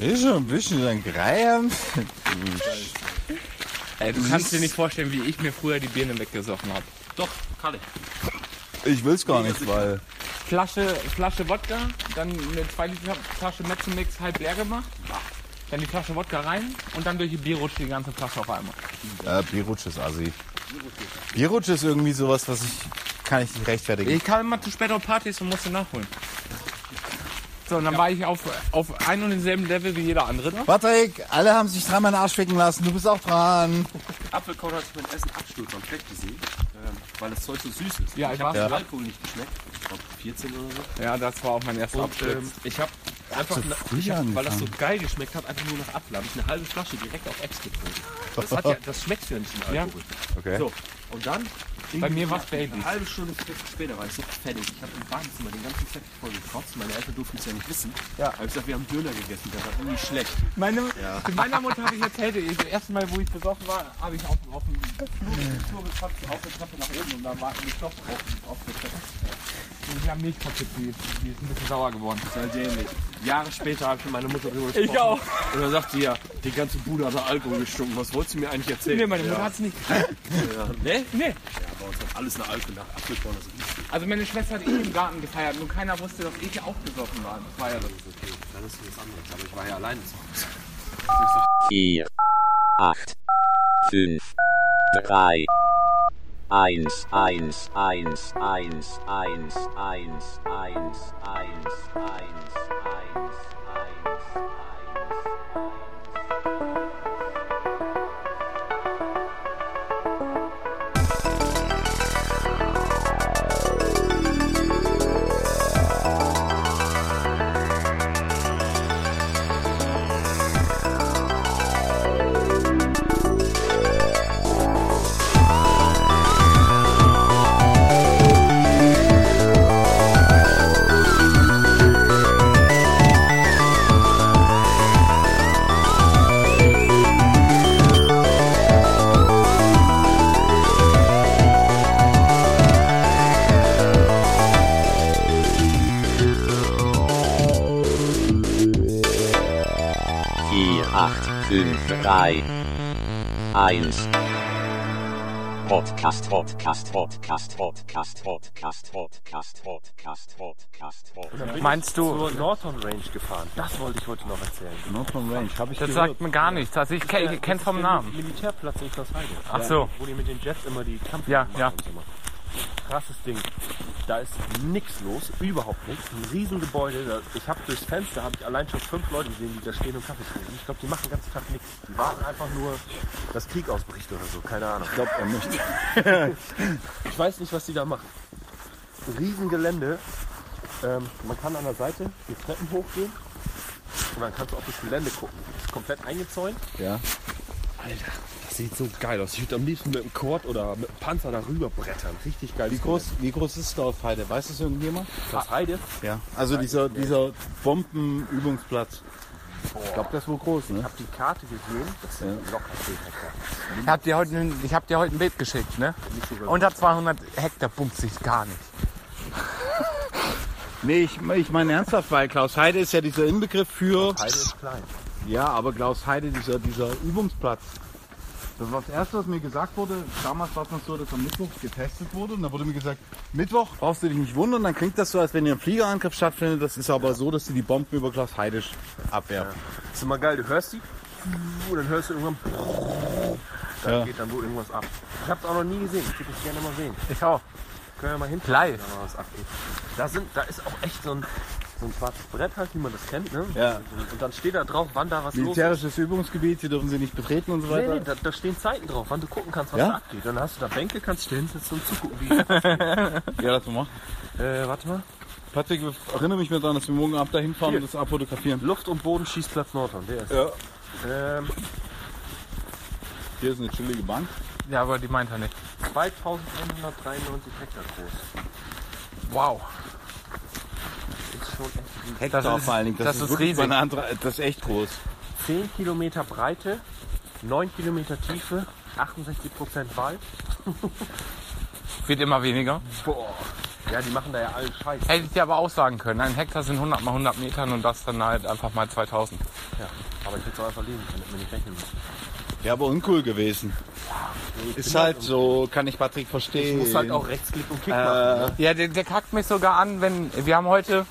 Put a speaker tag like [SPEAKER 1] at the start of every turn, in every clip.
[SPEAKER 1] Ist schon ein bisschen so ein Greiern.
[SPEAKER 2] Ey, Äh, du kannst dir nicht vorstellen, wie ich mir früher die Birne weggesoffen habe.
[SPEAKER 3] Doch, Kalle.
[SPEAKER 1] Ich will's gar nicht, weil.
[SPEAKER 2] Flasche, Flasche Wodka, dann eine zweite Flasche Metzenmix halb leer gemacht, dann die Flasche Wodka rein und dann durch die Bierrutsche die ganze Flasche auf einmal.
[SPEAKER 1] Äh, Bierutsch ist assi. Bierutsch ist irgendwie sowas, was ich. Kann ich nicht rechtfertigen.
[SPEAKER 2] Ich kam immer zu spät auf Partys und musste nachholen. So, und dann war ich auf, auf ein und denselben Level wie jeder andere da.
[SPEAKER 1] Patrick, alle haben sich dreimal in den Arsch ficken lassen. Du bist auch dran.
[SPEAKER 3] Apfelkraut hat sich beim Essen abstürzt am Fleck gesehen, ähm, weil das Zeug so süß ist.
[SPEAKER 2] Ja, ich
[SPEAKER 3] ich habe
[SPEAKER 2] weiß.
[SPEAKER 3] den Alkohol nicht geschmeckt. Ich glaube 14 oder so.
[SPEAKER 2] Ja, das war auch mein erster
[SPEAKER 3] Und ähm,
[SPEAKER 2] Absturz.
[SPEAKER 3] ich habe einfach,
[SPEAKER 1] zu
[SPEAKER 3] na-
[SPEAKER 1] früh
[SPEAKER 3] ich hab, weil das so
[SPEAKER 1] angefangen.
[SPEAKER 3] geil geschmeckt hat, einfach nur nach Apfel, habe ich eine halbe Flasche direkt auf Ex getrunken. Das, hat ja, das schmeckt ja nicht in
[SPEAKER 2] Ja.
[SPEAKER 3] Alkohol.
[SPEAKER 1] Okay.
[SPEAKER 3] So, und dann...
[SPEAKER 2] Bei mir war's Baby.
[SPEAKER 3] Eine halbe Stunde später war ich so fertig. Ich habe im Badezimmer den ganzen Tag voll gekotzt. Meine Eltern durften es ja nicht wissen.
[SPEAKER 1] Ja.
[SPEAKER 3] Ich habe gesagt, wir haben Döner gegessen. Das war irgendwie schlecht.
[SPEAKER 2] Meine, Zu meiner Mutter habe ich erzählt, ich- das erste Mal, wo ich besoffen war, habe ich auf, auf dem Flur gekotzt, auf der Treppe nach oben und da war ein Stoff auf, auf der Treppe. Und ich habe Milch verkippt, die, ist- die ist ein bisschen sauer geworden.
[SPEAKER 3] Das war dämlich. Jahre später habe ich mit meiner Mutter darüber gesprochen.
[SPEAKER 2] auch.
[SPEAKER 3] Und dann sagte sie ja, die ganze Bude hat nach Alkohol gestunken. Was wolltest du mir eigentlich erzählen?
[SPEAKER 2] Nee, meine Mutter hat's nicht.
[SPEAKER 3] Ja. Ne?
[SPEAKER 2] Nee.
[SPEAKER 3] Ja, bei uns hat alles nach Alkohol, nach Apfelkorn. Das ist nicht
[SPEAKER 2] Also meine Schwester hat eh im Garten gefeiert, nur keiner wusste, dass ich auch besoffen war. Das war ja das.
[SPEAKER 3] okay. Dann ist das andere. Aber ich war ja alleine zu Hause.
[SPEAKER 4] 4, 8, 5, 3, 1, 1, 1, 1, 1, 1, 1, 1, 1, 1. vier, acht, fünf, drei, eins. Podcast, Podcast, Podcast, Podcast, Podcast, Podcast, Podcast, Podcast, Podcast.
[SPEAKER 2] Meinst du?
[SPEAKER 5] zur Northern Range gefahren. Das wollte ich heute noch erzählen.
[SPEAKER 1] Northern Range, hab ich
[SPEAKER 2] Das sagt mir gar nichts. Also ich,
[SPEAKER 5] Ja,
[SPEAKER 2] ich
[SPEAKER 5] das
[SPEAKER 2] kenn's
[SPEAKER 5] ist
[SPEAKER 2] vom
[SPEAKER 5] der
[SPEAKER 2] Namen.
[SPEAKER 5] Mil- Militärplatz in Klausheide.
[SPEAKER 2] Ach so.
[SPEAKER 5] Wo die mit den Jets immer die Kampf
[SPEAKER 2] Ja, ja.
[SPEAKER 5] Und so machen. Krasses Ding. Da ist nichts los, überhaupt nichts. Ein Riesengebäude. Da- Ich habe durchs Fenster habe ich allein schon fünf Leute gesehen, die da stehen und Kaffee trinken. Ich glaube, die machen den ganzen Tag nichts. Die warten einfach nur, dass Krieg ausbricht oder so. Keine Ahnung.
[SPEAKER 1] glaube, er möchte.
[SPEAKER 5] Ich weiß nicht, was die da machen. Riesengelände. Ähm, man kann an der Seite die Treppen hochgehen und dann kannst du auf das Gelände gucken. Ist komplett eingezäunt.
[SPEAKER 1] Ja.
[SPEAKER 5] Alter, das sieht so geil aus. Ich würde am liebsten mit dem Quad oder mit dem Panzer darüber brettern. Richtig geil.
[SPEAKER 1] Wie groß, wie groß ist Dorfheide? Weiß das irgendjemand?
[SPEAKER 5] das
[SPEAKER 2] ne?
[SPEAKER 5] Heide?
[SPEAKER 1] Ja. Also dieser, dieser Bombenübungsplatz. Ich glaube, das ist wohl groß, ne?
[SPEAKER 5] Hab die Karte gesehen. Das sind locker 10
[SPEAKER 2] halt
[SPEAKER 5] Hektar.
[SPEAKER 2] Ich hab dir heute, ein- ich hab dir heute ein Bild geschickt, ne? Unter 200 Hektar pumpt sich gar nicht.
[SPEAKER 1] Nee, ich, ich meine ernsthaft, weil Klaus Heide ist ja dieser Inbegriff für.
[SPEAKER 5] Heide ist klein.
[SPEAKER 1] Ja, aber Klaus Heide, dieser, dieser Übungsplatz. Das war das Erste, was mir gesagt wurde. Damals war es noch so, dass am Mittwoch getestet wurde. Und da wurde mir gesagt, Mittwoch brauchst du dich nicht wundern. Dann klingt das so, als wenn hier ein Fliegerangriff stattfindet. Das ist aber so, dass sie die Bomben über Klaus Heide sch- abwerfen.
[SPEAKER 5] Ist immer geil. Du hörst die und dann hörst du irgendwann. Da
[SPEAKER 1] Ja.
[SPEAKER 5] geht dann wohl irgendwas ab. Ich hab's auch noch nie gesehen. Ich würde es gerne mal sehen.
[SPEAKER 2] Ich auch.
[SPEAKER 5] Können wir mal hinten
[SPEAKER 2] Live.
[SPEAKER 5] Da, mal was abgeht. da, sind, da ist auch echt so ein, so ein schwarzes Brett halt, wie man das kennt. Ne?
[SPEAKER 1] Ja.
[SPEAKER 5] Und dann steht da drauf, wann da was los ist.
[SPEAKER 1] Militärisches Übungsgebiet, hier dürfen sie nicht betreten und so
[SPEAKER 5] Nee, nee,
[SPEAKER 1] weiter.
[SPEAKER 5] da, da stehen Zeiten drauf, wann du gucken kannst, was
[SPEAKER 1] Ja?
[SPEAKER 5] da abgeht. Dann hast du da Bänke, kannst du hinsetzen und zugucken. Wie, äh,
[SPEAKER 1] Ja, lass mal machen.
[SPEAKER 5] warte mal.
[SPEAKER 1] Patrick, wir- erinnere mich mal daran, dass wir morgen Abend dahin fahren und das abfotografieren.
[SPEAKER 5] Luft- und Bodenschießplatz Nordhorn, der ist.
[SPEAKER 1] Ja.
[SPEAKER 5] Ähm,
[SPEAKER 1] Hier ist eine chillige Bank.
[SPEAKER 2] Ja, aber die meint er nicht.
[SPEAKER 5] 2193 Hektar groß.
[SPEAKER 2] Wow.
[SPEAKER 5] Ist schon echt riesig.
[SPEAKER 1] Hektar
[SPEAKER 2] Das ist-
[SPEAKER 1] vor allen Dingen.
[SPEAKER 2] das ist
[SPEAKER 1] wirklich
[SPEAKER 2] riesig.
[SPEAKER 1] mal eine andere, das ist echt groß.
[SPEAKER 5] 10 Kilometer Breite, 9 Kilometer Tiefe, 68% Wald.
[SPEAKER 2] Wird immer weniger.
[SPEAKER 5] Boah. Ja, die machen da ja allen Scheiß.
[SPEAKER 2] Hättet ihr aber auch sagen können. Ein Hektar sind 100 mal 100 Metern und das dann halt einfach mal 2000.
[SPEAKER 5] Ja. Aber ich hätte es auch einfach leben können, wenn ich rechnen muss.
[SPEAKER 1] Ja, aber uncool gewesen. Ist halt so, kann ich Patrick verstehen.
[SPEAKER 5] Muss halt auch Rechtsklick und Kick machen. ne?
[SPEAKER 1] Äh,
[SPEAKER 2] Äh, Ja, der, der kackt mich sogar an, wenn wir haben heute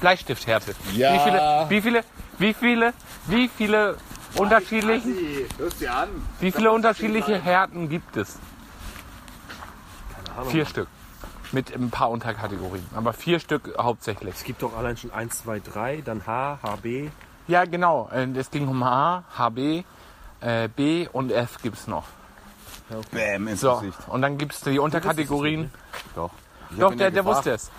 [SPEAKER 2] Bleistifthärte.
[SPEAKER 1] Ja.
[SPEAKER 2] Wie viele, wie viele, wie viele, wie viele unterschiedliche,
[SPEAKER 1] Hörst dir an.
[SPEAKER 2] wie viele unterschiedliche Härten gibt es? Vier Stück. Mit ein paar Unterkategorien, aber vier Stück hauptsächlich.
[SPEAKER 5] Es gibt doch allein schon 1, 2, 3, dann H, HB.
[SPEAKER 2] Ja, genau. Äh, Es ging um A, HB, äh, B und F gibt's noch.
[SPEAKER 1] Bäm ins
[SPEAKER 2] So,
[SPEAKER 1] Gesicht.
[SPEAKER 2] und dann gibt's die Unterkategorien.
[SPEAKER 1] Doch.
[SPEAKER 2] Doch, der, der wusste es.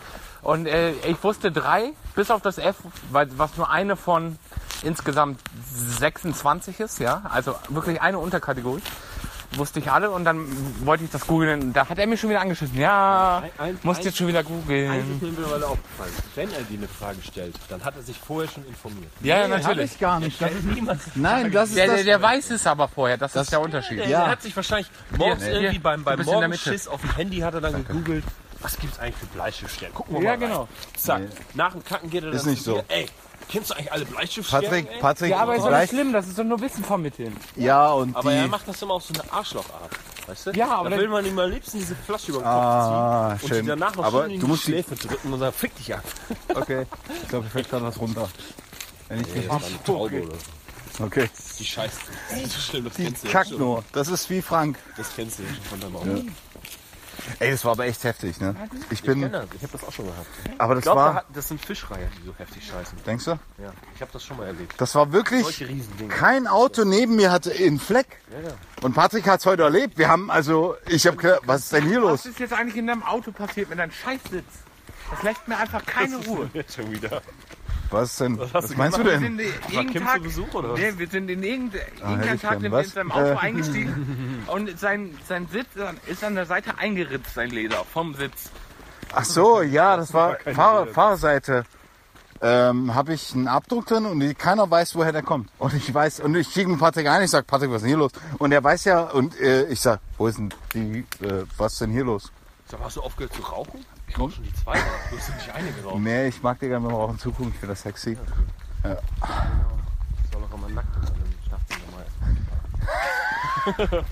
[SPEAKER 2] Und äh, ich wusste drei, bis auf das F, weil, was nur eine von insgesamt 26 ist, ja. Also wirklich eine Unterkategorie. Wusste ich alle und dann wollte ich das googeln. Da hat er mich schon wieder angeschissen. Ja,
[SPEAKER 5] Ein- ein-
[SPEAKER 2] musst
[SPEAKER 5] ein-
[SPEAKER 2] jetzt schon wieder googeln.
[SPEAKER 5] Eigentlich ist mir mittlerweile aufgefallen, wenn er dir eine Frage stellt, dann hat er sich vorher schon informiert.
[SPEAKER 2] Ja, ja,
[SPEAKER 1] Hab
[SPEAKER 2] natürlich.
[SPEAKER 1] ich gar nicht. Das ist Nein, das ist
[SPEAKER 2] Der, der,
[SPEAKER 1] das.
[SPEAKER 2] der weiß es aber vorher, das, ist der Unterschied.
[SPEAKER 1] Ja.
[SPEAKER 5] Er hat sich wahrscheinlich morgens
[SPEAKER 2] Hier,
[SPEAKER 5] irgendwie
[SPEAKER 2] hier,
[SPEAKER 5] beim,
[SPEAKER 2] du
[SPEAKER 5] beim
[SPEAKER 2] bist in der
[SPEAKER 5] Morgenschiss auf dem Handy hat er dann gegoogelt, was gibt's eigentlich für Bleistiftstellen? Gucken wir
[SPEAKER 2] Ja,
[SPEAKER 5] mal. rein.
[SPEAKER 2] genau.
[SPEAKER 5] Zack.
[SPEAKER 1] Nee.
[SPEAKER 5] Nach dem Kacken geht er dann.
[SPEAKER 1] Ist nicht
[SPEAKER 5] zu mir,
[SPEAKER 1] so.
[SPEAKER 5] Ey, kennst du eigentlich alle Bleistiftstellen?
[SPEAKER 1] Patrick,
[SPEAKER 5] ey?
[SPEAKER 1] Patrick,
[SPEAKER 2] Ja, aber ist doch nicht
[SPEAKER 1] Bleist-
[SPEAKER 2] schlimm, das ist doch nur Wissen vermitteln.
[SPEAKER 1] ja und
[SPEAKER 5] Aber
[SPEAKER 1] die.
[SPEAKER 5] er macht das immer auf so eine Arschlochart. Weißt du?
[SPEAKER 2] Ja, aber
[SPEAKER 5] da
[SPEAKER 2] dann-
[SPEAKER 5] will man ihm am liebsten diese Flasche über den Kopf
[SPEAKER 1] Ah,
[SPEAKER 5] ziehen und
[SPEAKER 1] schön.
[SPEAKER 5] die danach noch
[SPEAKER 1] Aber
[SPEAKER 5] schön in
[SPEAKER 1] du
[SPEAKER 5] die
[SPEAKER 1] musst die-
[SPEAKER 5] Schläfe drücken und sagen, fick dich ab.
[SPEAKER 1] okay. Ich glaube, ich fällt gerade was runter. Wenn ich
[SPEAKER 5] Das war eine Taube oder so.
[SPEAKER 1] okay.
[SPEAKER 5] Die Scheiße. Das ist so schlimm, das
[SPEAKER 1] Die
[SPEAKER 5] kennst du ja
[SPEAKER 1] kackt
[SPEAKER 5] schon.
[SPEAKER 1] nur. Das ist wie Frank.
[SPEAKER 5] Das kennst du ja schon von deinem Auto.
[SPEAKER 1] Ey, das war aber echt heftig, ne? Ich bin.
[SPEAKER 5] Kenner, Genau, ich habe das auch schon gehabt.
[SPEAKER 1] Aber
[SPEAKER 5] Ich
[SPEAKER 1] das
[SPEAKER 5] glaube, da
[SPEAKER 1] war.
[SPEAKER 5] hat- das sind Fischreiher, die so heftig scheißen.
[SPEAKER 1] Denkst du?
[SPEAKER 5] Ja, ich habe das schon mal erlebt.
[SPEAKER 1] Das war wirklich.
[SPEAKER 5] Solche Riesendinge.
[SPEAKER 1] Kein Auto neben mir hatte einen Fleck.
[SPEAKER 5] ja.
[SPEAKER 1] Und Patrick hat's heute erlebt. Wir haben also, ich habe gedacht, was ist denn hier los?
[SPEAKER 2] Was ist jetzt eigentlich in deinem Auto passiert mit deinem Scheißsitz? Das lässt mir einfach keine Ruhe.
[SPEAKER 5] Jetzt schon wieder.
[SPEAKER 1] Was ist denn? Was,
[SPEAKER 5] hast du
[SPEAKER 1] meinst du
[SPEAKER 2] Wir
[SPEAKER 1] denn?
[SPEAKER 2] sind
[SPEAKER 5] War
[SPEAKER 2] jeden
[SPEAKER 5] Kim
[SPEAKER 2] Tag,
[SPEAKER 5] zu Besuch oder was?
[SPEAKER 2] nee, wir sind in irgende-
[SPEAKER 1] hätte
[SPEAKER 2] irgendeinem
[SPEAKER 1] ich
[SPEAKER 2] Tag
[SPEAKER 1] gern.
[SPEAKER 2] sind wir in
[SPEAKER 1] Was?
[SPEAKER 2] seinem Auto
[SPEAKER 1] Äh.
[SPEAKER 2] eingestiegen und sein, sein Sitz an- ist an der Seite eingeritzt, sein Leder vom Sitz.
[SPEAKER 1] Ach so, ja, das war Fahr Fahrerseite. Ähm, habe ich einen Abdruck drin und die- keiner weiß, woher der kommt. Und ich weiß, und ich kriege mit Patrick ein, ich sag, Patrick, was ist denn hier los? Und er weiß ja, und äh, ich sag, wo ist denn die, äh, was ist denn hier los?
[SPEAKER 5] Sag mal, hast du aufgehört zu rauchen? Ich rauche schon die zweite. Du hast ja nicht eine geraucht.
[SPEAKER 1] Nee, ich mag dir gerne beim Rauchen zugucken, ich finde das sexy.
[SPEAKER 5] Ich soll noch immer nackt sein. Ich dachte mir mal.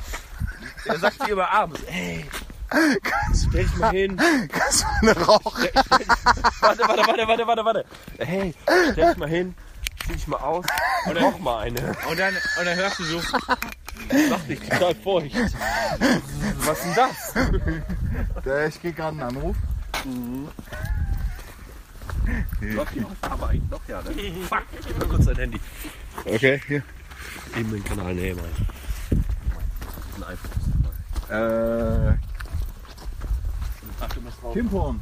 [SPEAKER 5] Er sagt dir immer abends, ey, stell dich mal hin.
[SPEAKER 1] Kannst du eine rauchen?
[SPEAKER 5] Warte, warte, warte, warte, warte, warte. Hey, stell dich mal hin, zieh dich mal aus und rauch mal eine.
[SPEAKER 2] Und dann, und dann hörst du so,
[SPEAKER 5] Mach dich total feucht. Was ist denn das?
[SPEAKER 1] Äh, Ich krieg gerade einen Anruf.
[SPEAKER 5] Mhm. Aber eigentlich noch ja, ne? Fuck, gib mir kurz dein Handy.
[SPEAKER 1] Okay, hier.
[SPEAKER 5] Eben den Kanal, nee, mein. Ein iPhone.
[SPEAKER 1] Äh,
[SPEAKER 5] Ach, du musst raus.
[SPEAKER 1] Kim Horn.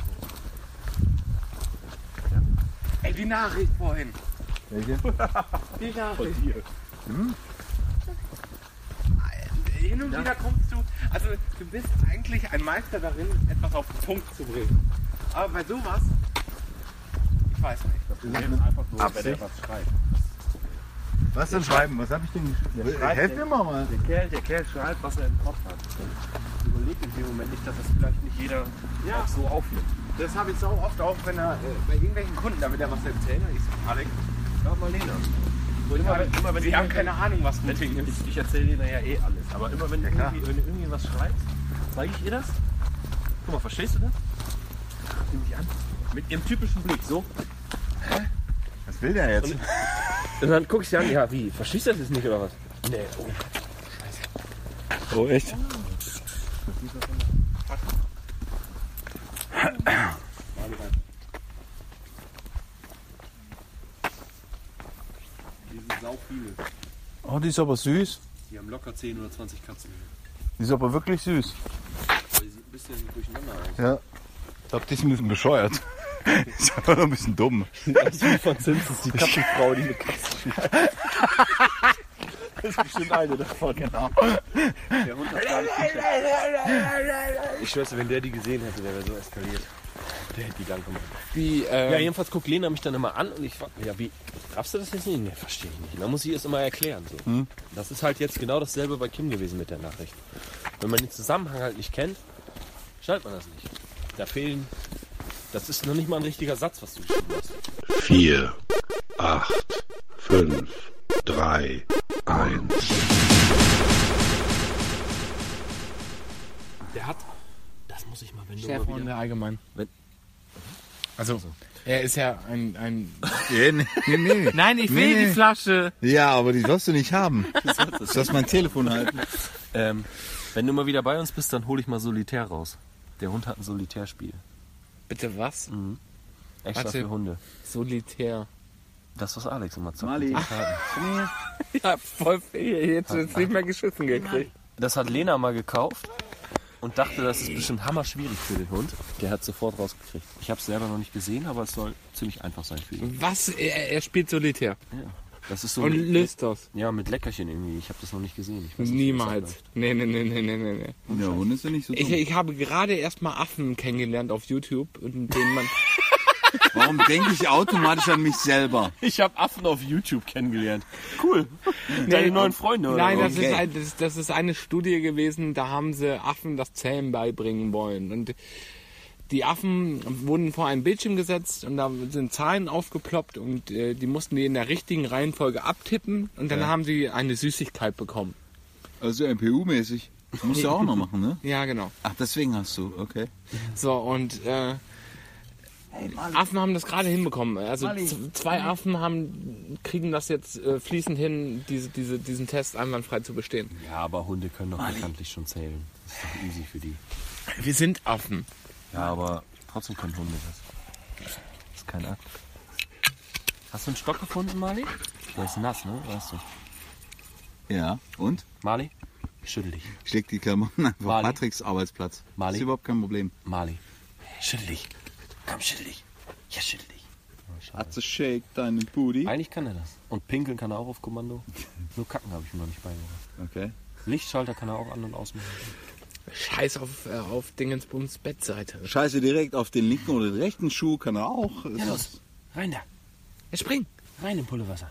[SPEAKER 2] ey, die Nachricht vorhin.
[SPEAKER 1] Welche?
[SPEAKER 2] Die Nachricht.
[SPEAKER 5] Hm?
[SPEAKER 2] Hin und wieder kommst du, also du bist eigentlich ein Meister darin, etwas auf den Punkt zu bringen. Aber bei sowas, ich weiß nicht.
[SPEAKER 1] Absicht. Was denn schreiben? Was hab ich denn geschrieben? Helf mir mal.
[SPEAKER 5] Der Kerl, der Kerl schreibt, was er im Kopf hat. Überlegt in dem Moment nicht, dass das vielleicht nicht jeder auch so aufnimmt.
[SPEAKER 2] Das habe ich so oft auch, wenn er äh, bei irgendwelchen Kunden, da wird er was erzählen. Ich so, Alex,
[SPEAKER 5] Ja, Marlene. So, immer, wenn, immer, wenn
[SPEAKER 2] Sie
[SPEAKER 5] du-
[SPEAKER 2] haben keine Ahnung, was mit
[SPEAKER 5] Deswegen, ich, ich erzähle dir nachher eh alles. Aber immer wenn, du irgendwie, wenn du irgendwie was schreibst, zeige ich ihr das. Guck mal, verstehst du das? Nimm dich an. Mit ihrem typischen Blick, so.
[SPEAKER 1] Was will der jetzt?
[SPEAKER 5] Und dann guck ich sie an, ja, wie? Verstehst du das jetzt nicht oder was? Nee, oh.
[SPEAKER 1] Oh, echt?
[SPEAKER 5] Die sind sau viele.
[SPEAKER 1] Oh, die ist aber süß.
[SPEAKER 5] Die haben locker 10 oder 20 Katzen.
[SPEAKER 1] Die ist aber wirklich süß.
[SPEAKER 5] Aber die sind ein bisschen durcheinander eigentlich.
[SPEAKER 1] Ja. Ich glaube, die ist ein bisschen bescheuert. ist einfach nur ein bisschen dumm.
[SPEAKER 5] Das ist von Simpsons, die Katzenfrau, die eine Katze schneidet. Das ist bestimmt eine davon. Genau. Der Hund hat gar nicht gecheckt. Ich schwör's, dir, wenn der die gesehen hätte, der wäre so eskaliert. Der hätte die dann gemacht.
[SPEAKER 2] wie,
[SPEAKER 3] ähm,
[SPEAKER 2] äh,
[SPEAKER 5] Ja, jedenfalls guckt Lena mich dann immer an und ich frage mich, ja, wie, darfst du das jetzt nicht? Nee, verstehe ich nicht. Dann muss ich ihr es immer erklären. So.
[SPEAKER 3] Hm.
[SPEAKER 5] Das ist halt jetzt genau dasselbe bei Kim gewesen mit der Nachricht. Wenn man den Zusammenhang halt nicht kennt, schnallt man das nicht. Da fehlen Das ist noch nicht mal ein richtiger Satz, was du geschrieben hast.
[SPEAKER 6] 4, 8, 5, 3, 1.
[SPEAKER 5] Der hat. Das muss ich mal, wenn du
[SPEAKER 2] Chef
[SPEAKER 5] mal wieder.
[SPEAKER 2] und der Allgemein.
[SPEAKER 5] Wenn-
[SPEAKER 2] Also, er ist ja ein. ein
[SPEAKER 1] Nee, nee, nee.
[SPEAKER 2] Nein, ich
[SPEAKER 1] will die
[SPEAKER 2] Flasche.
[SPEAKER 1] Ja, aber die sollst du nicht haben. Du sollst mein Telefon halten.
[SPEAKER 3] Ähm, wenn du mal wieder bei uns bist, dann hole ich mal Solitär raus. Der Hund hat ein Solitärspiel.
[SPEAKER 2] Bitte was?
[SPEAKER 3] Extra
[SPEAKER 2] Warte.
[SPEAKER 3] für Hunde.
[SPEAKER 2] Solitär.
[SPEAKER 3] Das, was Alex immer zockt.
[SPEAKER 1] Mali.
[SPEAKER 3] mit den Karten.
[SPEAKER 2] Ja, voll viel. Jetzt ist nicht mehr geschissen gekriegt.
[SPEAKER 3] Das hat Lena mal gekauft und dachte, das ist bestimmt hammer schwierig für den Hund. Der hat sofort rausgekriegt. Ich habe es selber noch nicht gesehen, aber es soll ziemlich einfach sein für ihn.
[SPEAKER 2] Was? Er, er spielt Solitär.
[SPEAKER 3] Ja. Das ist so
[SPEAKER 2] Und
[SPEAKER 3] mit-
[SPEAKER 2] löst das.
[SPEAKER 3] Ja, mit Leckerchen irgendwie. Ich habe das noch nicht gesehen. Ich weiß nicht, was da
[SPEAKER 2] Niemals.
[SPEAKER 3] läuft.
[SPEAKER 2] Nee, nee, nee, nee, nee, nee, nee.
[SPEAKER 1] Ja, Hunde ist ja nicht so
[SPEAKER 2] Ich,
[SPEAKER 1] dumm.
[SPEAKER 2] ich habe gerade erst mal Affen kennengelernt auf YouTube, und den man.
[SPEAKER 1] Warum denke ich automatisch an mich selber?
[SPEAKER 3] Ich habe Affen auf YouTube kennengelernt. Cool. Deine
[SPEAKER 2] Nee,
[SPEAKER 3] neuen Freunde oder
[SPEAKER 2] Nein,
[SPEAKER 3] was?
[SPEAKER 2] das,
[SPEAKER 1] Okay.
[SPEAKER 2] ist ein, das, das ist eine Studie gewesen, da haben sie Affen das Zähmen beibringen wollen. Und die Affen wurden vor einen Bildschirm gesetzt und da sind Zahlen aufgeploppt und äh, die mussten die in der richtigen Reihenfolge abtippen und dann haben sie eine Süßigkeit bekommen.
[SPEAKER 1] Also MPU-mäßig. Das musst du auch noch machen, ne?
[SPEAKER 2] Ja, genau.
[SPEAKER 1] Ach, deswegen hast du, okay.
[SPEAKER 2] So, und äh, Affen haben das gerade hinbekommen. Also z- zwei Affen haben, kriegen das jetzt äh, fließend hin, diese, diese, diesen Test einwandfrei zu bestehen.
[SPEAKER 3] Ja, aber Hunde können doch bekanntlich schon zählen. Das ist doch easy für die.
[SPEAKER 2] Wir sind Affen.
[SPEAKER 3] Ja, aber trotzdem können Hunde das. Das ist kein Akt. Hast du einen Stock gefunden, Mali? Der ist nass, ne? Weißt du.
[SPEAKER 1] Ja, und?
[SPEAKER 3] Mali? Schüttel dich.
[SPEAKER 1] Steck die Klamotten einfach
[SPEAKER 3] Mali.
[SPEAKER 1] Patricks Arbeitsplatz.
[SPEAKER 3] Mali.
[SPEAKER 1] Ist überhaupt kein Problem.
[SPEAKER 3] Mali. Schüttel dich. Komm, schüttel dich. Ja, schüttel dich.
[SPEAKER 1] Atze, shake deinen Booty.
[SPEAKER 3] Eigentlich kann er das. Und pinkeln kann er auch auf Kommando. Nur kacken habe ich ihm noch nicht beigebracht.
[SPEAKER 1] Okay.
[SPEAKER 3] Lichtschalter kann er auch an- und ausmachen.
[SPEAKER 2] Scheiß auf, äh, auf Dingensbums Bettseite.
[SPEAKER 1] Scheiße direkt auf den linken oder den rechten Schuh kann er auch. Es ist-
[SPEAKER 3] Rein da.
[SPEAKER 2] Ja, spring!
[SPEAKER 3] Rein im Pullewasser.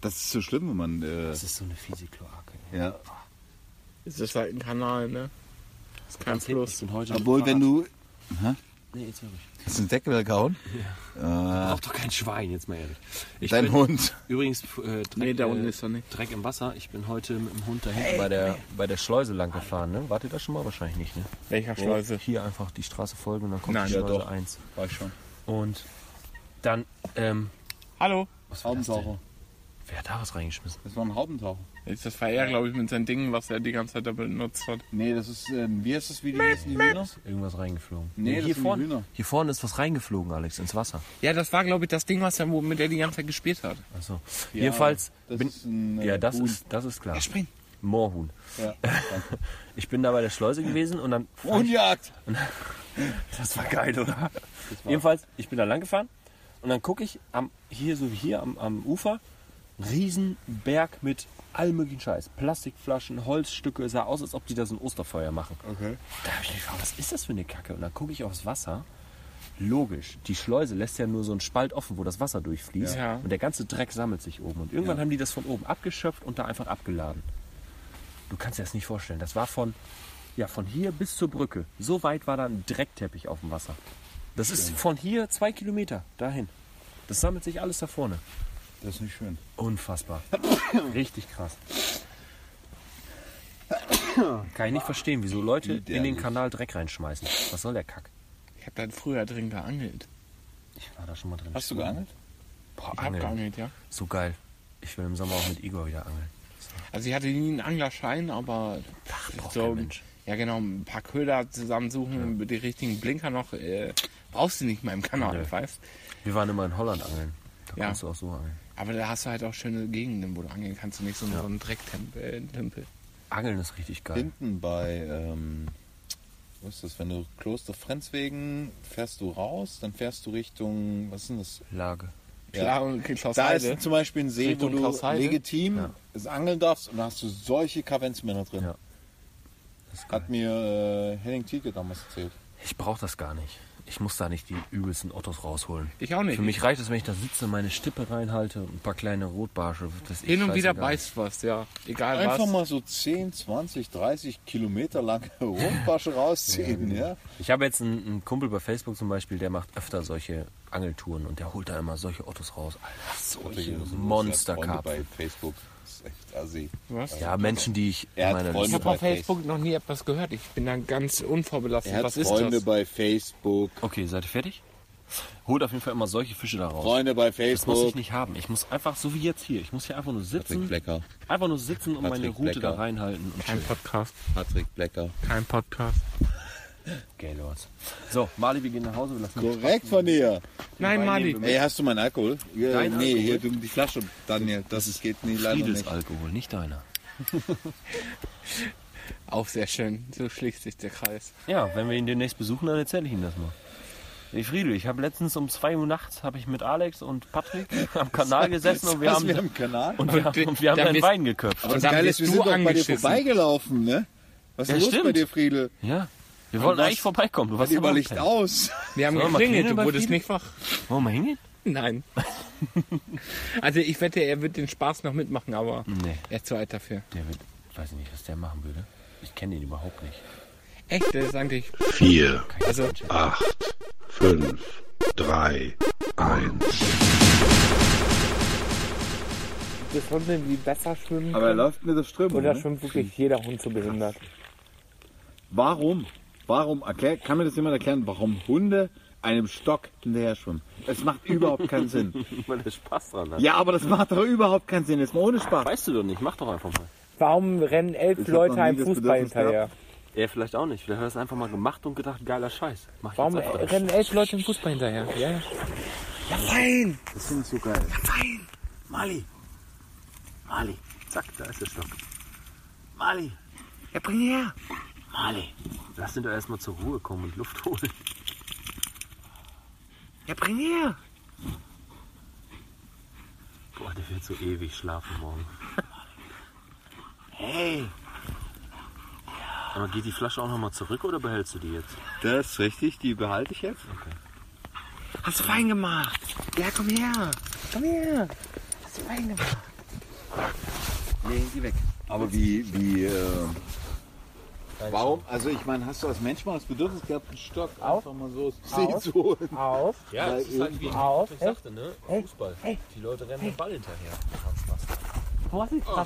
[SPEAKER 1] Das ist so schlimm, wenn man. Äh,
[SPEAKER 3] Das ist so eine fiese Kloake. ey.
[SPEAKER 1] ja.
[SPEAKER 2] Es ist halt ein Kanal, ne? Ist kein
[SPEAKER 3] Ich
[SPEAKER 2] Fluss.
[SPEAKER 3] bin heute
[SPEAKER 1] Obwohl,
[SPEAKER 3] mit
[SPEAKER 1] wenn
[SPEAKER 3] Fahrrad-
[SPEAKER 1] du.
[SPEAKER 3] Nee, jetzt wirklich.
[SPEAKER 1] Hast du einen Deckel weggehauen?
[SPEAKER 3] Braucht doch kein Schwein, jetzt mal ehrlich. Ich
[SPEAKER 1] Dein
[SPEAKER 3] bin-
[SPEAKER 1] Hund.
[SPEAKER 3] Übrigens, äh, Dreck,
[SPEAKER 2] Nee, da unten
[SPEAKER 3] äh,
[SPEAKER 2] ist er nicht.
[SPEAKER 3] Dreck im Wasser. Ich bin heute mit dem Hund da hinten bei, der, bei der Schleuse lang gefahren. Ne? Wart ihr da schon mal? Wahrscheinlich nicht. Ne?
[SPEAKER 2] Welcher
[SPEAKER 3] Hier einfach die Straße folgen und dann kommt
[SPEAKER 2] Nein,
[SPEAKER 3] die
[SPEAKER 2] ja,
[SPEAKER 3] Schleuse
[SPEAKER 1] doch.
[SPEAKER 3] 1.
[SPEAKER 1] War ich schon.
[SPEAKER 3] Und dann, ähm,
[SPEAKER 2] Hallo?
[SPEAKER 3] was war das denn?
[SPEAKER 1] Haubentaucher.
[SPEAKER 3] Wer hat da was reingeschmissen?
[SPEAKER 1] Das war ein Haubentaucher.
[SPEAKER 2] Ist das war er, glaube ich, mit seinen Dingen, was er die ganze Zeit da benutzt hat.
[SPEAKER 1] Nee, das ist. Ähm, wie heißt das Video? Das sind die Hühner?
[SPEAKER 3] Irgendwas reingeflogen.
[SPEAKER 1] Nee, das
[SPEAKER 3] hier,
[SPEAKER 1] sind die
[SPEAKER 3] vorne,
[SPEAKER 1] Hühner.
[SPEAKER 3] hier vorne ist was reingeflogen, Alex, ins Wasser.
[SPEAKER 2] Ja, das war, glaube ich, das Ding, was er, womit er die ganze Zeit gespielt hat.
[SPEAKER 3] Achso. Jedenfalls,
[SPEAKER 1] das
[SPEAKER 3] bin,
[SPEAKER 1] ist ein, äh,
[SPEAKER 3] ja, das
[SPEAKER 1] Huhn.
[SPEAKER 3] ist, das ist klar.
[SPEAKER 1] spring.
[SPEAKER 3] Moorhuhn.
[SPEAKER 1] Ja.
[SPEAKER 3] Ich bin da bei der Schleuse gewesen und dann
[SPEAKER 1] Hundjagd!
[SPEAKER 3] Das war geil, oder? Jedenfalls, ich bin da lang gefahren und dann gucke ich am, hier so wie hier am, am Ufer, einen riesen Berg mit allem möglichen Scheiß. Plastikflaschen, Holzstücke, sah aus, als ob die da so ein Osterfeuer machen.
[SPEAKER 1] Okay.
[SPEAKER 3] Da habe ich mich gefragt, was ist das für eine Kacke? Und dann gucke ich aufs Wasser. Logisch, die Schleuse lässt ja nur so einen Spalt offen, wo das Wasser durchfließt.
[SPEAKER 2] Ja.
[SPEAKER 3] Und der ganze Dreck sammelt sich oben. Und irgendwann haben die das von oben abgeschöpft und da einfach abgeladen. Du kannst dir das nicht vorstellen. Das war von, ja, von hier bis zur Brücke. So weit war da ein Dreckteppich auf dem Wasser. Das ist von hier zwei Kilometer dahin. Das sammelt sich alles da vorne.
[SPEAKER 1] Das ist nicht schön.
[SPEAKER 3] Unfassbar. Richtig krass. Kann ich nicht verstehen, wieso Leute in den
[SPEAKER 1] Widerlich.
[SPEAKER 3] Kanal Dreck reinschmeißen. Was soll der Kack?
[SPEAKER 2] Ich habe da früher drin geangelt.
[SPEAKER 3] Ich war da schon mal drin.
[SPEAKER 1] Hast du geangelt?
[SPEAKER 3] Boah,
[SPEAKER 2] Ich habe
[SPEAKER 3] Angeln.
[SPEAKER 2] geangelt, ja.
[SPEAKER 3] So geil. Ich will im Sommer auch mit Igor wieder angeln.
[SPEAKER 2] Also ich hatte nie einen Anglerschein, aber
[SPEAKER 3] braucht
[SPEAKER 2] so,
[SPEAKER 3] kein Mensch.
[SPEAKER 2] ja genau, ein paar Köder zusammensuchen, die richtigen Blinker noch, äh, brauchst du nicht mehr im Kanal,
[SPEAKER 3] Nö.
[SPEAKER 2] weißt
[SPEAKER 3] Wir waren immer in Holland angeln. Da
[SPEAKER 2] Ja.
[SPEAKER 3] kannst du auch so angeln.
[SPEAKER 2] Aber da hast du halt auch schöne Gegenden, wo du angeln kannst und nicht so, so einen Drecktempel. äh, Tümpel.
[SPEAKER 3] Angeln ist richtig geil.
[SPEAKER 1] Hinten bei, ähm, wo ist das? Wenn du Kloster Frenzwegen fährst du raus, dann fährst du Richtung, was ist denn das?
[SPEAKER 3] Lage.
[SPEAKER 1] Ja.
[SPEAKER 2] Klar, und Klaus
[SPEAKER 1] Da
[SPEAKER 2] Heide.
[SPEAKER 1] ist zum Beispiel ein See,
[SPEAKER 2] Richtung
[SPEAKER 1] wo du
[SPEAKER 2] Klausheide?
[SPEAKER 1] legitim es angeln darfst und da hast du solche Kavenzmänner drin.
[SPEAKER 3] Ja. Das ist geil.
[SPEAKER 1] Hat mir äh, Henning Tieke damals erzählt.
[SPEAKER 3] Ich brauche das gar nicht. Ich muss da nicht die übelsten Ottos rausholen.
[SPEAKER 2] Ich auch nicht.
[SPEAKER 3] Für mich reicht es, wenn ich da sitze, meine Stippe reinhalte und ein paar kleine Rotbarsche. Das ist
[SPEAKER 2] Hin und wieder
[SPEAKER 3] scheißegal.
[SPEAKER 2] beißt was, ja. Egal
[SPEAKER 1] Einfach
[SPEAKER 2] was.
[SPEAKER 1] mal so 10, 20, 30 Kilometer lange Rundbasche rausziehen, ja? genau.
[SPEAKER 3] Ich habe jetzt einen, einen Kumpel bei Facebook zum Beispiel, der macht öfter solche Angeltouren und der holt da immer solche Ottos raus. Alter, solche
[SPEAKER 1] Freunde bei
[SPEAKER 3] Monsterkarpfen.
[SPEAKER 1] Facebook. Das ist echt assi.
[SPEAKER 2] Was?
[SPEAKER 3] Ja, Menschen, die ich
[SPEAKER 1] Er hat Freunde
[SPEAKER 2] Ich habe
[SPEAKER 3] Liste-
[SPEAKER 2] auf Facebook noch nie etwas gehört. Ich bin da ganz unvorbelastet.
[SPEAKER 1] Er hat
[SPEAKER 2] Was ist
[SPEAKER 1] Freunde
[SPEAKER 2] das?
[SPEAKER 1] bei Facebook.
[SPEAKER 3] Okay, seid ihr fertig? Holt auf jeden Fall immer solche Fische da raus.
[SPEAKER 1] Freunde bei
[SPEAKER 3] Das muss
[SPEAKER 1] Facebook.
[SPEAKER 3] ich nicht haben. Ich muss einfach, so wie jetzt hier, ich muss hier einfach nur sitzen.
[SPEAKER 1] Patrick Blecker.
[SPEAKER 3] Einfach nur sitzen und meine
[SPEAKER 1] Patrick
[SPEAKER 3] Route da
[SPEAKER 1] Blecker.
[SPEAKER 3] reinhalten. Und
[SPEAKER 2] Kein Podcast.
[SPEAKER 1] Patrick Blecker.
[SPEAKER 2] Kein Podcast.
[SPEAKER 3] okay, Lords. So, Mali, wir gehen nach Hause. Wir lassen
[SPEAKER 1] Korrekt von dir.
[SPEAKER 2] Nein, Mali.
[SPEAKER 1] Ey, hast du meinen Alkohol? Ja,
[SPEAKER 3] Dein
[SPEAKER 1] nee,
[SPEAKER 3] Alkohol?
[SPEAKER 1] hier, du, die Flasche, Daniel. Das ist, geht nicht, leider
[SPEAKER 3] Friedels
[SPEAKER 1] nicht.
[SPEAKER 3] Alkohol, nicht deiner.
[SPEAKER 2] Auch sehr schön. So schließt sich der Kreis.
[SPEAKER 3] Ja, wenn wir ihn demnächst besuchen, dann erzähle ich ihm das mal. Ey, Friedel, ich habe letztens um 2 Uhr nachts habe ich mit Alex und Patrick am Kanal gesessen und wir
[SPEAKER 1] Was,
[SPEAKER 3] haben,
[SPEAKER 1] wir haben Kanal?
[SPEAKER 3] und wir, haben- und wir haben
[SPEAKER 2] Dann
[SPEAKER 3] deinen
[SPEAKER 2] bist-
[SPEAKER 3] Wein geköpft.
[SPEAKER 1] Aber das
[SPEAKER 2] dann
[SPEAKER 1] Geile
[SPEAKER 2] wirst
[SPEAKER 1] ist, wir
[SPEAKER 2] du
[SPEAKER 1] sind doch bei dir
[SPEAKER 2] angeschissen.
[SPEAKER 1] vorbeigelaufen, ne? Was ist
[SPEAKER 3] Ja,
[SPEAKER 1] los bei
[SPEAKER 3] stimmt.
[SPEAKER 1] dir, Friedel?
[SPEAKER 3] Ja, wir wollten
[SPEAKER 1] was?
[SPEAKER 3] eigentlich vorbeikommen. Du warst
[SPEAKER 1] Die
[SPEAKER 3] aber
[SPEAKER 1] war Licht
[SPEAKER 3] auch
[SPEAKER 1] aus.
[SPEAKER 2] Wir haben
[SPEAKER 3] Sollen wir mal
[SPEAKER 2] geklingelt,
[SPEAKER 3] klingeln
[SPEAKER 2] du
[SPEAKER 3] bei
[SPEAKER 2] wurdest
[SPEAKER 3] Frieden?
[SPEAKER 2] nicht wach.
[SPEAKER 3] pennen. Wollen wir mal hingehen?
[SPEAKER 2] Nein. also ich wette, er wird den Spaß noch mitmachen, aber
[SPEAKER 3] Nee,
[SPEAKER 2] er ist zu alt dafür.
[SPEAKER 3] der wird, weiß ich nicht, was der machen würde. Ich kenne den überhaupt nicht.
[SPEAKER 2] Echt, das ist eigentlich.
[SPEAKER 6] 4,
[SPEAKER 2] Also,
[SPEAKER 6] 8, 5, 3, 1.
[SPEAKER 5] Gibt es Hunde, die besser schwimmen
[SPEAKER 7] Aber er läuft mit der ne? Strömung.
[SPEAKER 3] Mhm.
[SPEAKER 5] oder schwimmt wirklich jeder Hund so behindert?
[SPEAKER 7] Warum? Warum? Erklär, kann mir das jemand erklären, warum Hunde einem Stock hinterher schwimmen? Es macht überhaupt keinen Sinn.
[SPEAKER 3] Weil der Spaß dran hat.
[SPEAKER 7] Ja, aber das macht doch überhaupt keinen Sinn. Jetzt mal ohne Spaß.
[SPEAKER 3] Weißt du doch nicht, mach doch einfach mal.
[SPEAKER 5] Warum rennen elf
[SPEAKER 7] Ich hab noch
[SPEAKER 5] Leute
[SPEAKER 7] nie
[SPEAKER 5] einem
[SPEAKER 7] das
[SPEAKER 5] Fußball
[SPEAKER 7] Bedürfnis
[SPEAKER 5] hinterher?
[SPEAKER 3] Ja, vielleicht auch nicht. Vielleicht hat er es einfach mal gemacht und gedacht, geiler Scheiß. Mach ich
[SPEAKER 5] Warum
[SPEAKER 3] jetzt einfach.
[SPEAKER 5] rennen elf Leute dem Fußball hinterher? Ja, ja.
[SPEAKER 7] Das finde ich so geil. Nein! Mali! Mali! Zack, da ist der Stock. Mali! Ja, bring ihn her! Mali!
[SPEAKER 3] Lass ihn doch erstmal zur Ruhe kommen und Luft holen.
[SPEAKER 7] Ja, bring ihn her!
[SPEAKER 3] Boah, der wird so ewig schlafen morgen.
[SPEAKER 7] Hey!
[SPEAKER 3] Aber geht die Flasche auch nochmal zurück oder behältst du die jetzt?
[SPEAKER 1] Das ist richtig, die behalte ich jetzt.
[SPEAKER 7] Hast du fein gemacht! Ja, komm her!
[SPEAKER 1] Aber wie, wie, äh, Warum? Also ich meine, hast du als Mensch mal das Bedürfnis gehabt, einen Stock einfach mal so aus dem See zu holen?
[SPEAKER 5] Auf,
[SPEAKER 3] Ja, das ist halt wie
[SPEAKER 5] auf.
[SPEAKER 3] ich sagte, ne? Fußball. Die Leute rennen den Ball hinterher.
[SPEAKER 5] Vorsicht, oh.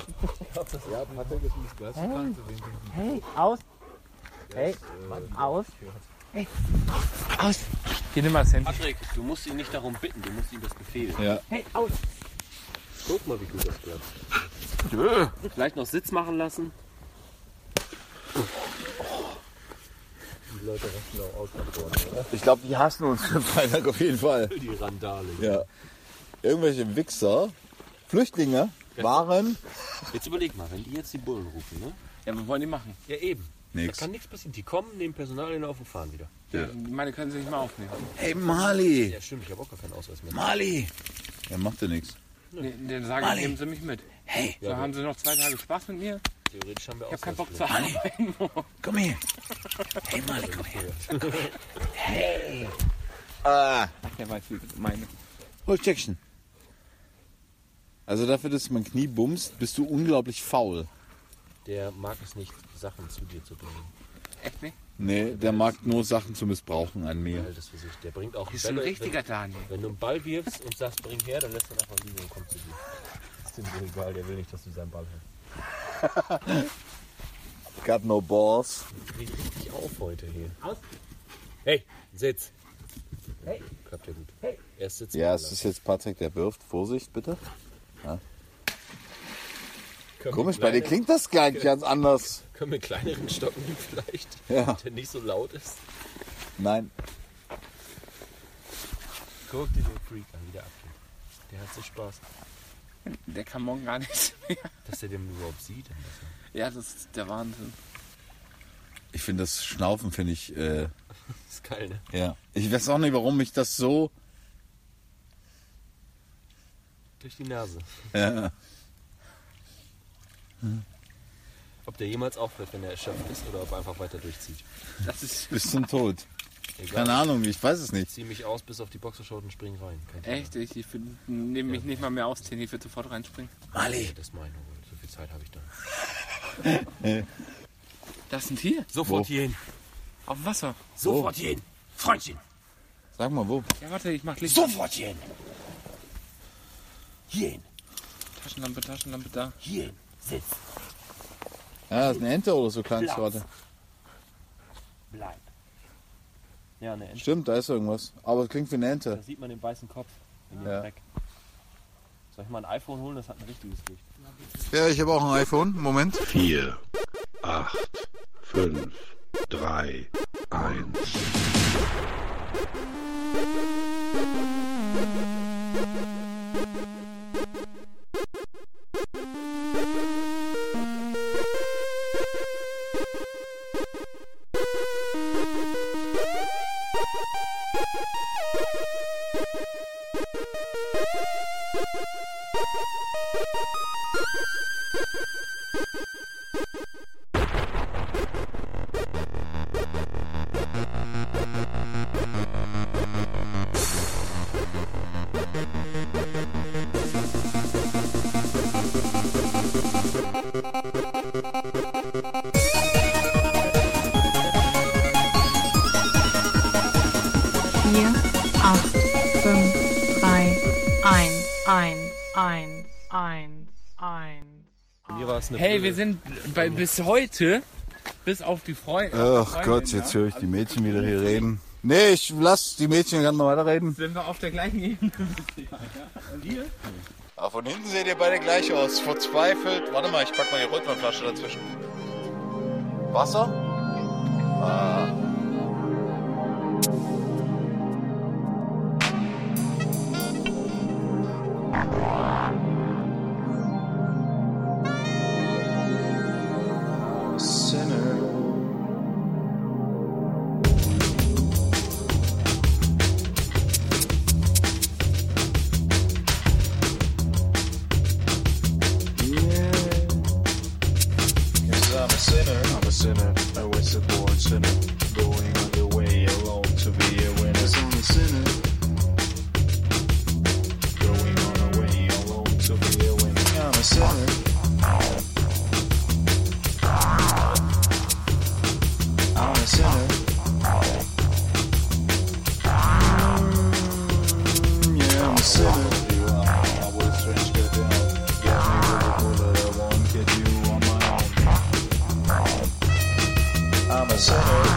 [SPEAKER 5] Hey, aus. Hey, aus.
[SPEAKER 2] aus. Hier nimm mal das Handy.
[SPEAKER 3] Patrick, du musst ihn nicht darum bitten, du musst ihm das befehlen.
[SPEAKER 5] Hey, aus.
[SPEAKER 3] Guck mal, wie gut das klappt. Vielleicht noch Sitz machen lassen.
[SPEAKER 1] Ich glaube, die hassen uns für Freitag auf jeden Fall.
[SPEAKER 3] Die Randale.
[SPEAKER 1] Ja. Irgendwelche Wichser, Flüchtlinge waren
[SPEAKER 3] Jetzt überleg mal, wenn die jetzt die Bullen rufen, ne?
[SPEAKER 2] Ja, was wollen die machen?
[SPEAKER 3] Ja, eben.
[SPEAKER 1] nix.
[SPEAKER 3] Da kann nichts passieren. Die kommen, nehmen Personalien auf und fahren wieder.
[SPEAKER 2] Meine können sie nicht mal aufnehmen.
[SPEAKER 1] Hey Mali,
[SPEAKER 3] Ja, stimmt, ich habe auch gar keinen Ausweis mehr.
[SPEAKER 1] Mali. Er macht ja nichts.
[SPEAKER 2] Nee, dann sage ich, nehmen sie mich mit. Hey. So haben sie noch zwei Tage Spaß mit mir.
[SPEAKER 3] Theoretisch haben wir
[SPEAKER 2] Ich hab keinen
[SPEAKER 3] Ausweispflicht.
[SPEAKER 2] Bock zu arbeiten.
[SPEAKER 1] Komm her. Hey Mali, komm her. Hey. Ah,
[SPEAKER 2] Der weiß, wie ich meine.
[SPEAKER 1] hol Jackson. Also dafür, dass du mein Knie bumst, bist du unglaublich faul.
[SPEAKER 3] Der mag es nicht, Sachen zu dir zu bringen.
[SPEAKER 2] Echt nicht?
[SPEAKER 1] Nee, der mag nur Sachen zu missbrauchen an mir.
[SPEAKER 3] Weil das für sich. Der bringt auch
[SPEAKER 2] Ist ein
[SPEAKER 3] Bälle,
[SPEAKER 2] richtiger Daniel.
[SPEAKER 3] Wenn, wenn du einen Ball wirfst und sagst, bring her, dann lässt er einfach liegen und kommt zu dir. Ist dem so egal, der will nicht, dass du seinen Ball hast.
[SPEAKER 1] Got no balls.
[SPEAKER 3] Riecht richtig auf heute hier. Aus! Hey, sitz! Hey! Klappt ja gut. Hey! Erst sitzen.
[SPEAKER 1] Ja,
[SPEAKER 3] dann
[SPEAKER 1] es
[SPEAKER 3] lassen.
[SPEAKER 1] ist jetzt Patrick, der wirft. Vorsicht bitte.
[SPEAKER 3] Können wir
[SPEAKER 1] Komisch, bei dir
[SPEAKER 3] kleine-
[SPEAKER 1] klingt das gar nicht ganz anders.
[SPEAKER 3] Können wir kleineren Stock nehmen vielleicht?
[SPEAKER 1] Ja.
[SPEAKER 3] Der nicht so laut ist.
[SPEAKER 1] Nein.
[SPEAKER 3] Guck dir den Freak an, wie der abgeht. Der hat so Spaß,
[SPEAKER 2] Der kann morgen gar nichts mehr.
[SPEAKER 3] dass der den überhaupt sieht.
[SPEAKER 2] Ja, das ist der Wahnsinn.
[SPEAKER 1] Ich finde das Schnaufen, finde ich, äh,
[SPEAKER 3] Das ist geil, ne?
[SPEAKER 1] ja. Ich weiß auch nicht, warum mich das so.
[SPEAKER 3] Durch die Nase.
[SPEAKER 1] Ja.
[SPEAKER 3] Ob der jemals aufhört, wenn er erschöpft ist oder ob er einfach weiter durchzieht.
[SPEAKER 1] Bis zum Tod. Keine Ahnung, ich weiß es nicht.
[SPEAKER 3] Zieh mich aus bis auf die Boxershort und spring rein. Kein Thema.
[SPEAKER 2] Echt? Ich, ich nehme mich nicht mal mehr aus, Tini, ich würde sofort reinspringen.
[SPEAKER 3] Nee, Das ist meine Ruhe. So viel Zeit habe ich da.
[SPEAKER 2] Das ist ein Tier.
[SPEAKER 3] Sofort hier hin.
[SPEAKER 2] Auf dem Wasser.
[SPEAKER 3] Sofort hier hin. Freundchen.
[SPEAKER 1] Sag mal, wo?
[SPEAKER 2] Ja, warte, ich mach Licht.
[SPEAKER 3] Sofort hier hin. Hier hin.
[SPEAKER 2] Taschenlampe, Taschenlampe da.
[SPEAKER 3] Hier hin. Sitz.
[SPEAKER 1] Ja, das ist eine Ente oder so kleines Warte.
[SPEAKER 3] Bleib. Ja, ne,
[SPEAKER 1] Stimmt, da ist irgendwas. Aber es klingt wie eine Ente.
[SPEAKER 3] da sieht man den weißen Kopf. In dem
[SPEAKER 1] Ja.
[SPEAKER 3] Dreck. Soll ich mal ein iPhone holen? Das hat ein richtiges Licht.
[SPEAKER 1] Ja, ich habe auch ein iPhone. Moment.
[SPEAKER 6] 4, 8, 5, 3, 1.
[SPEAKER 8] vier, acht, fünf, drei, eins, eins, eins, eins, eins.
[SPEAKER 2] Hey, wir sind bei, bis heute, bis auf die Freunde.
[SPEAKER 1] Ach Gott, jetzt höre ich die Mädchen wieder hier reden. Nee, ich lass die Mädchen gerne mal weiterreden.
[SPEAKER 2] Sind wir auf der gleichen Ebene?
[SPEAKER 1] Aber von hinten seht ihr beide gleich aus. Verzweifelt. Warte mal, ich pack mal die Rotweinflasche dazwischen. Wasser? Ah. Sinner. Yes, I'm a sinner. I'm a sinner. I was a born sinner. Going on the way alone to be a winner. Yes, I'm a sinner. Going on the way alone to be a winner. I'm a sinner. I'm a sinner. Mm, Yeah, I'm a sinner. I was strange, goddamn. Get me with the bullet, I won't get you on my own. I'm a sinner.